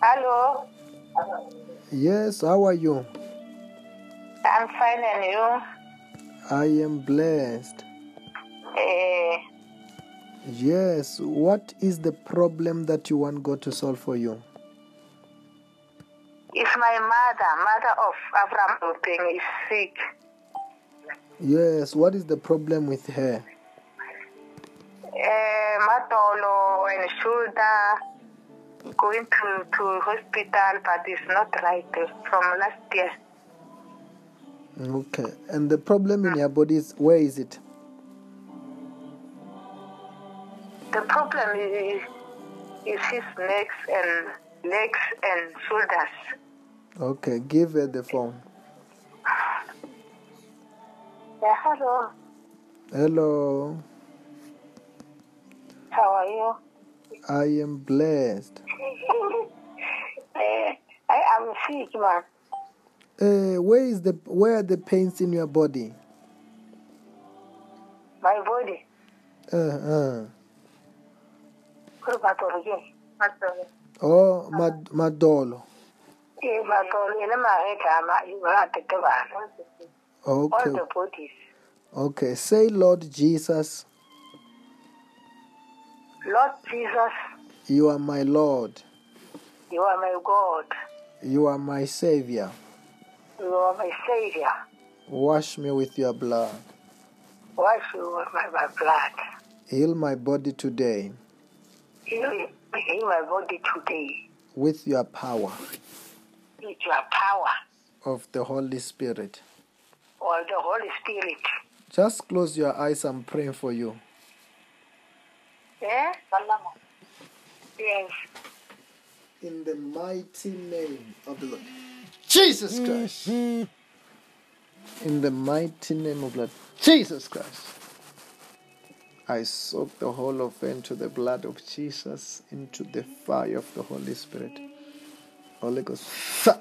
Hello, Yes, how are you? I'm fine and you? I am blessed. Eh, Yes, what is the problem that you want God to solve for you? if my mother, mother of Avram Lupeng, is sick, Yes, what is the problem with her? eh, Matolo and shoulder going to, to hospital, but it's not right eh, from last year. Okay, and the problem in your body is where is it? The problem is, is his necks and legs and shoulders. Okay, give her the phone. Yeah, hello, Hello, how are you? I am blessed. eh, I am sick, man. Uh, where is the where are the pains in your body? My body. Uh, uh. Kuri matolo ke? Matolo. Oh, mad, madolo. Eh, matolo ene magegama ibatete bana. All Okay, the bodies. okay. Say, Lord Jesus, Lord Jesus, you are my Lord. you are my God. You are my Savior. You are my Savior. Wash me with your blood. Wash me with my, my blood. Heal my body today Heal heal my body today with your power with your power of the Holy Spirit. or the Holy Spirit. Just close your eyes. I'm praying for you. Eh? Yes. In the mighty name of the Lord. Jesus Christ. In the mighty name of Lord. Jesus Christ. I soak the whole of it into the blood of Jesus, into the fire of the Holy Spirit. Holy Ghost. fire.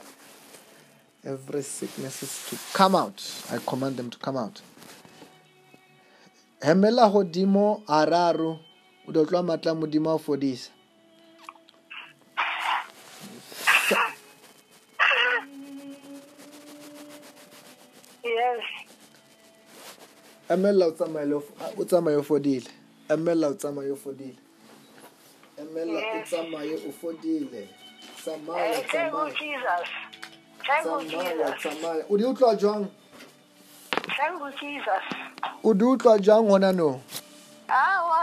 Every sickness is to come out. I command them to come out. Hemela hodimo araru. O tlo tloa matla modimo a fodisa. Yes. emela o tsamaye le o- a- o tsamaye o fodile emela o tsamaye o fodile emela o Yes. tsamaye o fodile tsamaya Eh, thank you, tsamaya Jesus. Thank you, tsamaya Jesus. tsamaya o di utlwa jwang Thank you, Jesus. o di utlwa jwang hona no awa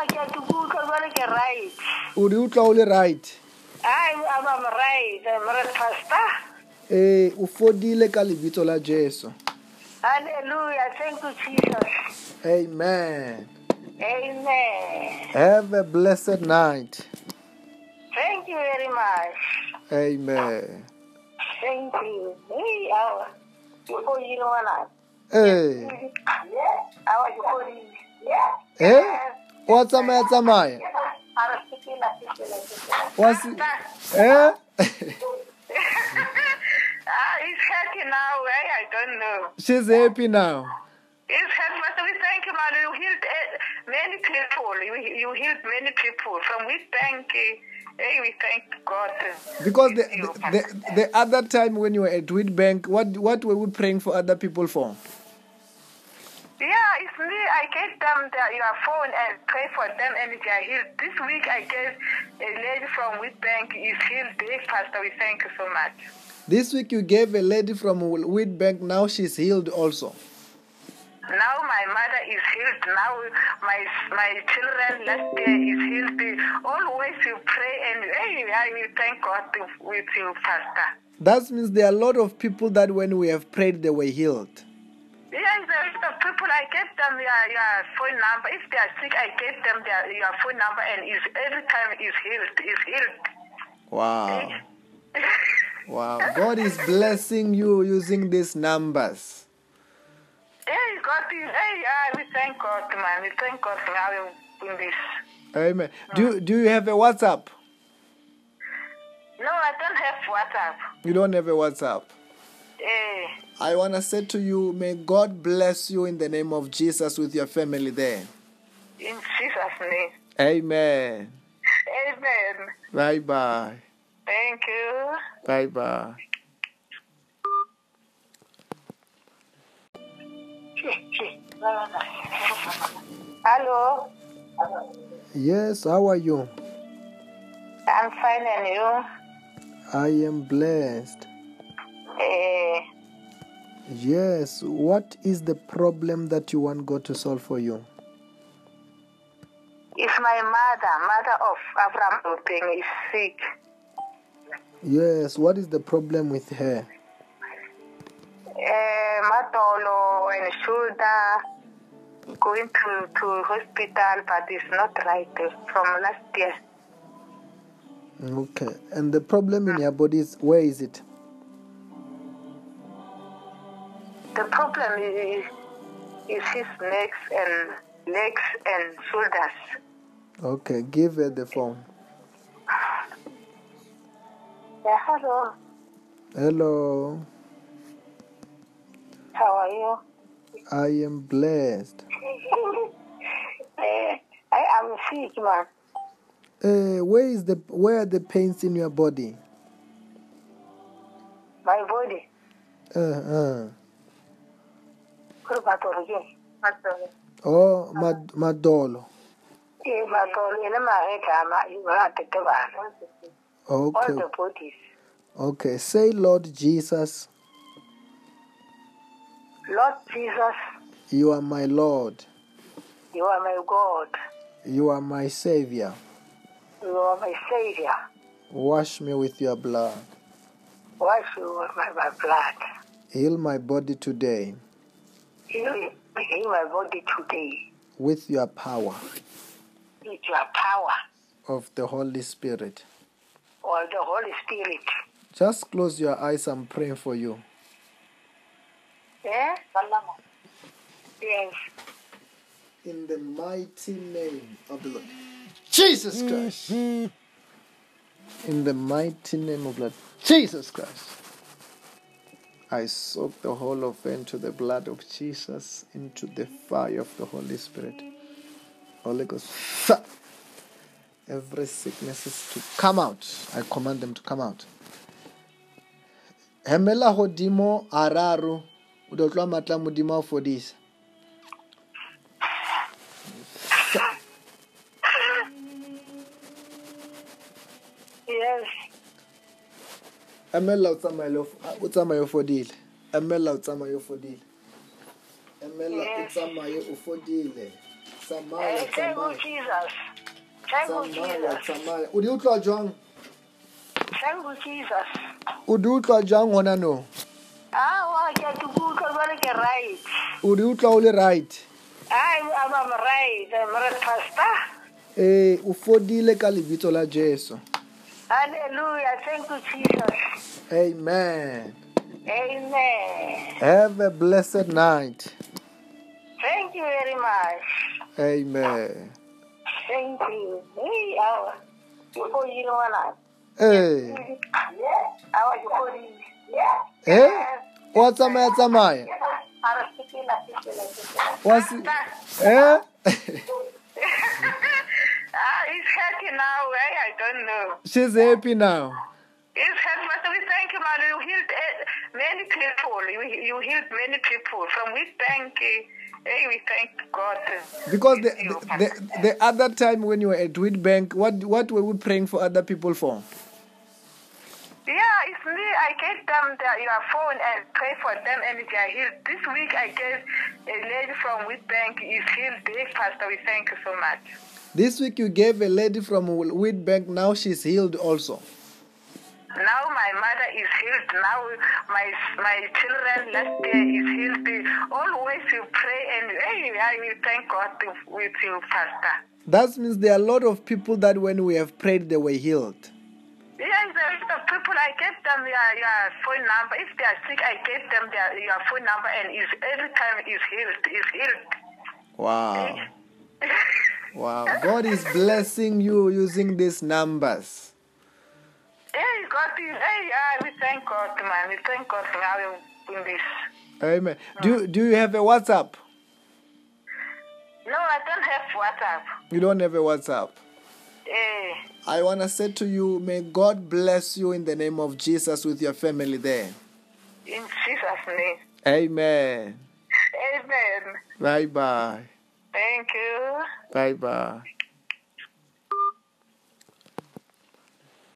Ah, ke a ke kutlwa jwale ke right o di utlwa o le right ai abam right I'm right pastor ee o fodile Eh, ka lebitso la jesu hallelujah thank you jesus amen amen have a blessed night thank you very much amen thank you hey awa ke fodile ngwana ee awa ke fodile e wa tsamaya tsamaya Ara, sepela, sepela, sepela. wa se eh? Ah, he's happy now. eh? I don't know. she's happy now Yes, help us. We thank you, man. You healed uh, many people. You, you healed many people. From we thank you. Hey, we thank God. Because the, You, the, the, the other time when you were at Witbank, what, what were we praying for other people for? yeah, it's me. I gave them the, your phone and pray for them, and they are healed. This week, I gave a lady from Wheat Bank is healed. Hey, Pastor, we thank you so much. This week you gave a lady from Witbank, now she's healed also. Now my mother is healed. Now my my children last year is healed. Always you pray, and hey, I will thank God with you, Pastor. That means there are a lot of people that when we have prayed, they were healed. Yes, there is the people. I gave them your, your phone number. If they are sick, I gave them their, your phone number, and is every time is healed. Is healed. Wow. Wow. God is blessing you using these numbers. Hey, God is. Hey, yeah, we thank God, man. We thank God now in, in this. Amen. Do, do you have a WhatsApp? No, I don't have WhatsApp. You don't have a WhatsApp. Hey, I want to say to you, may God bless you in the name of Jesus with your family there. in Jesus' name. Amen. Amen. Bye bye. Thank you. Bye bye. Hello. Yes, how are you? I'm fine and you? I am blessed. Eh, Yes, what is the problem that you want God to solve for you? it's my mother, mother of Abraham Lupeng is sick. Yes, what is the problem with her? Eh, Matolo and shoulder going to, to hospital but it's not right eh, from last year. Okay, and the problem in your body is where is it? The problem is, is his necks and legs and shoulders. Okay, give her the phone. Yeah, hello. Hello, How are you? I am blessed. Eh, I am sick, man. Uh, where is the where are the pains in your body? My body. Uh, uh. What about again? Matolo. Oh, mad, madolo. Eh, Matolo. In my head, I'm you are the devil. All Okay, the bodies. okay. Say, Lord Jesus, Lord Jesus, you are my Lord. you are my God. You are my Savior. You are my Savior. Wash me with your blood. Wash you with my, my blood. Heal my body today Heal, heal my body today with your power with your power of the Holy Spirit. or the Holy Spirit. Just close your eyes. I'm praying for you. Eh? Salama. Yes. In the mighty name of the Lord. Jesus Christ. In the mighty name of Lord Jesus Christ. I soak the whole of into the blood of Jesus, into the fire of the Holy Spirit. Holy Ghost, fire. every sickness is to come out. I command them to come out. Hemela hodimo araru, o tlo tloha matla a modimo a o fodisa. Yes. emela o tsamaye le ho- o tsamaye o fodile emela o tsamaye o fodile emela o tsamaye o fodile tsamaya Eh, thank you, tsamaya Jesus. Thank you, tsamaya Jesus. tsamaya o di utlwa jwang Thank you, Jesus. Ah, o di utlwa jwang hona no Awa, ke a ke kutlwa jwale ke right. o di utlwa o le right Ai, I'm, I'm right. I'm right, Pastor. ee Eh, o fodile ka lebitso la jesu Hallelujah. Thank you, Jesus. amen Amen. have a blessed night Thank you very much. amen Thank you. Hey, awa. Ke fodile ngwana. ee Awa, ke fodile. e wa tsamaya tsamaya A re sepela, sepela, sepela. wa se eh? Ah, it's happy now. I, I don't know. she's happy now Yes, help us. We thank you, man. You healed eh, many people. You, you healed many people. From we thank you. Hey, we thank God. Because the, It's you, the, Pastor. the, the other time when you were at Witbank, what, what were we praying for other people for? Yeah, it's me. I gave them the, your phone and pray for them and they are healed. This week I gave a lady from Wheat Bank is healed big, Pastor. We thank you so much. This week you gave a lady from Witbank, now she's healed also. Now my mother is healed. Now my my children last year is healed. eh. Always you pray and hey, I will thank God with you, Pastor. That means there are a lot of people that when we have prayed, they were healed. Yes, the, the people, I gave them your, your phone number. If they are sick, I gave them their, your phone number and is every time is healed, is healed. Wow. Wow. God is blessing you using these numbers. Hey, God, is- hey, yeah, we thank God, man. We thank God now in, in this. Amen. Do, you- do you have a WhatsApp? No, I don't have WhatsApp. You don't have a WhatsApp. Hey, I want to say to you, may God bless you in the name of Jesus with your family there. In Jesus' name. Amen. Amen. Bye bye. Thank you. Bye bye.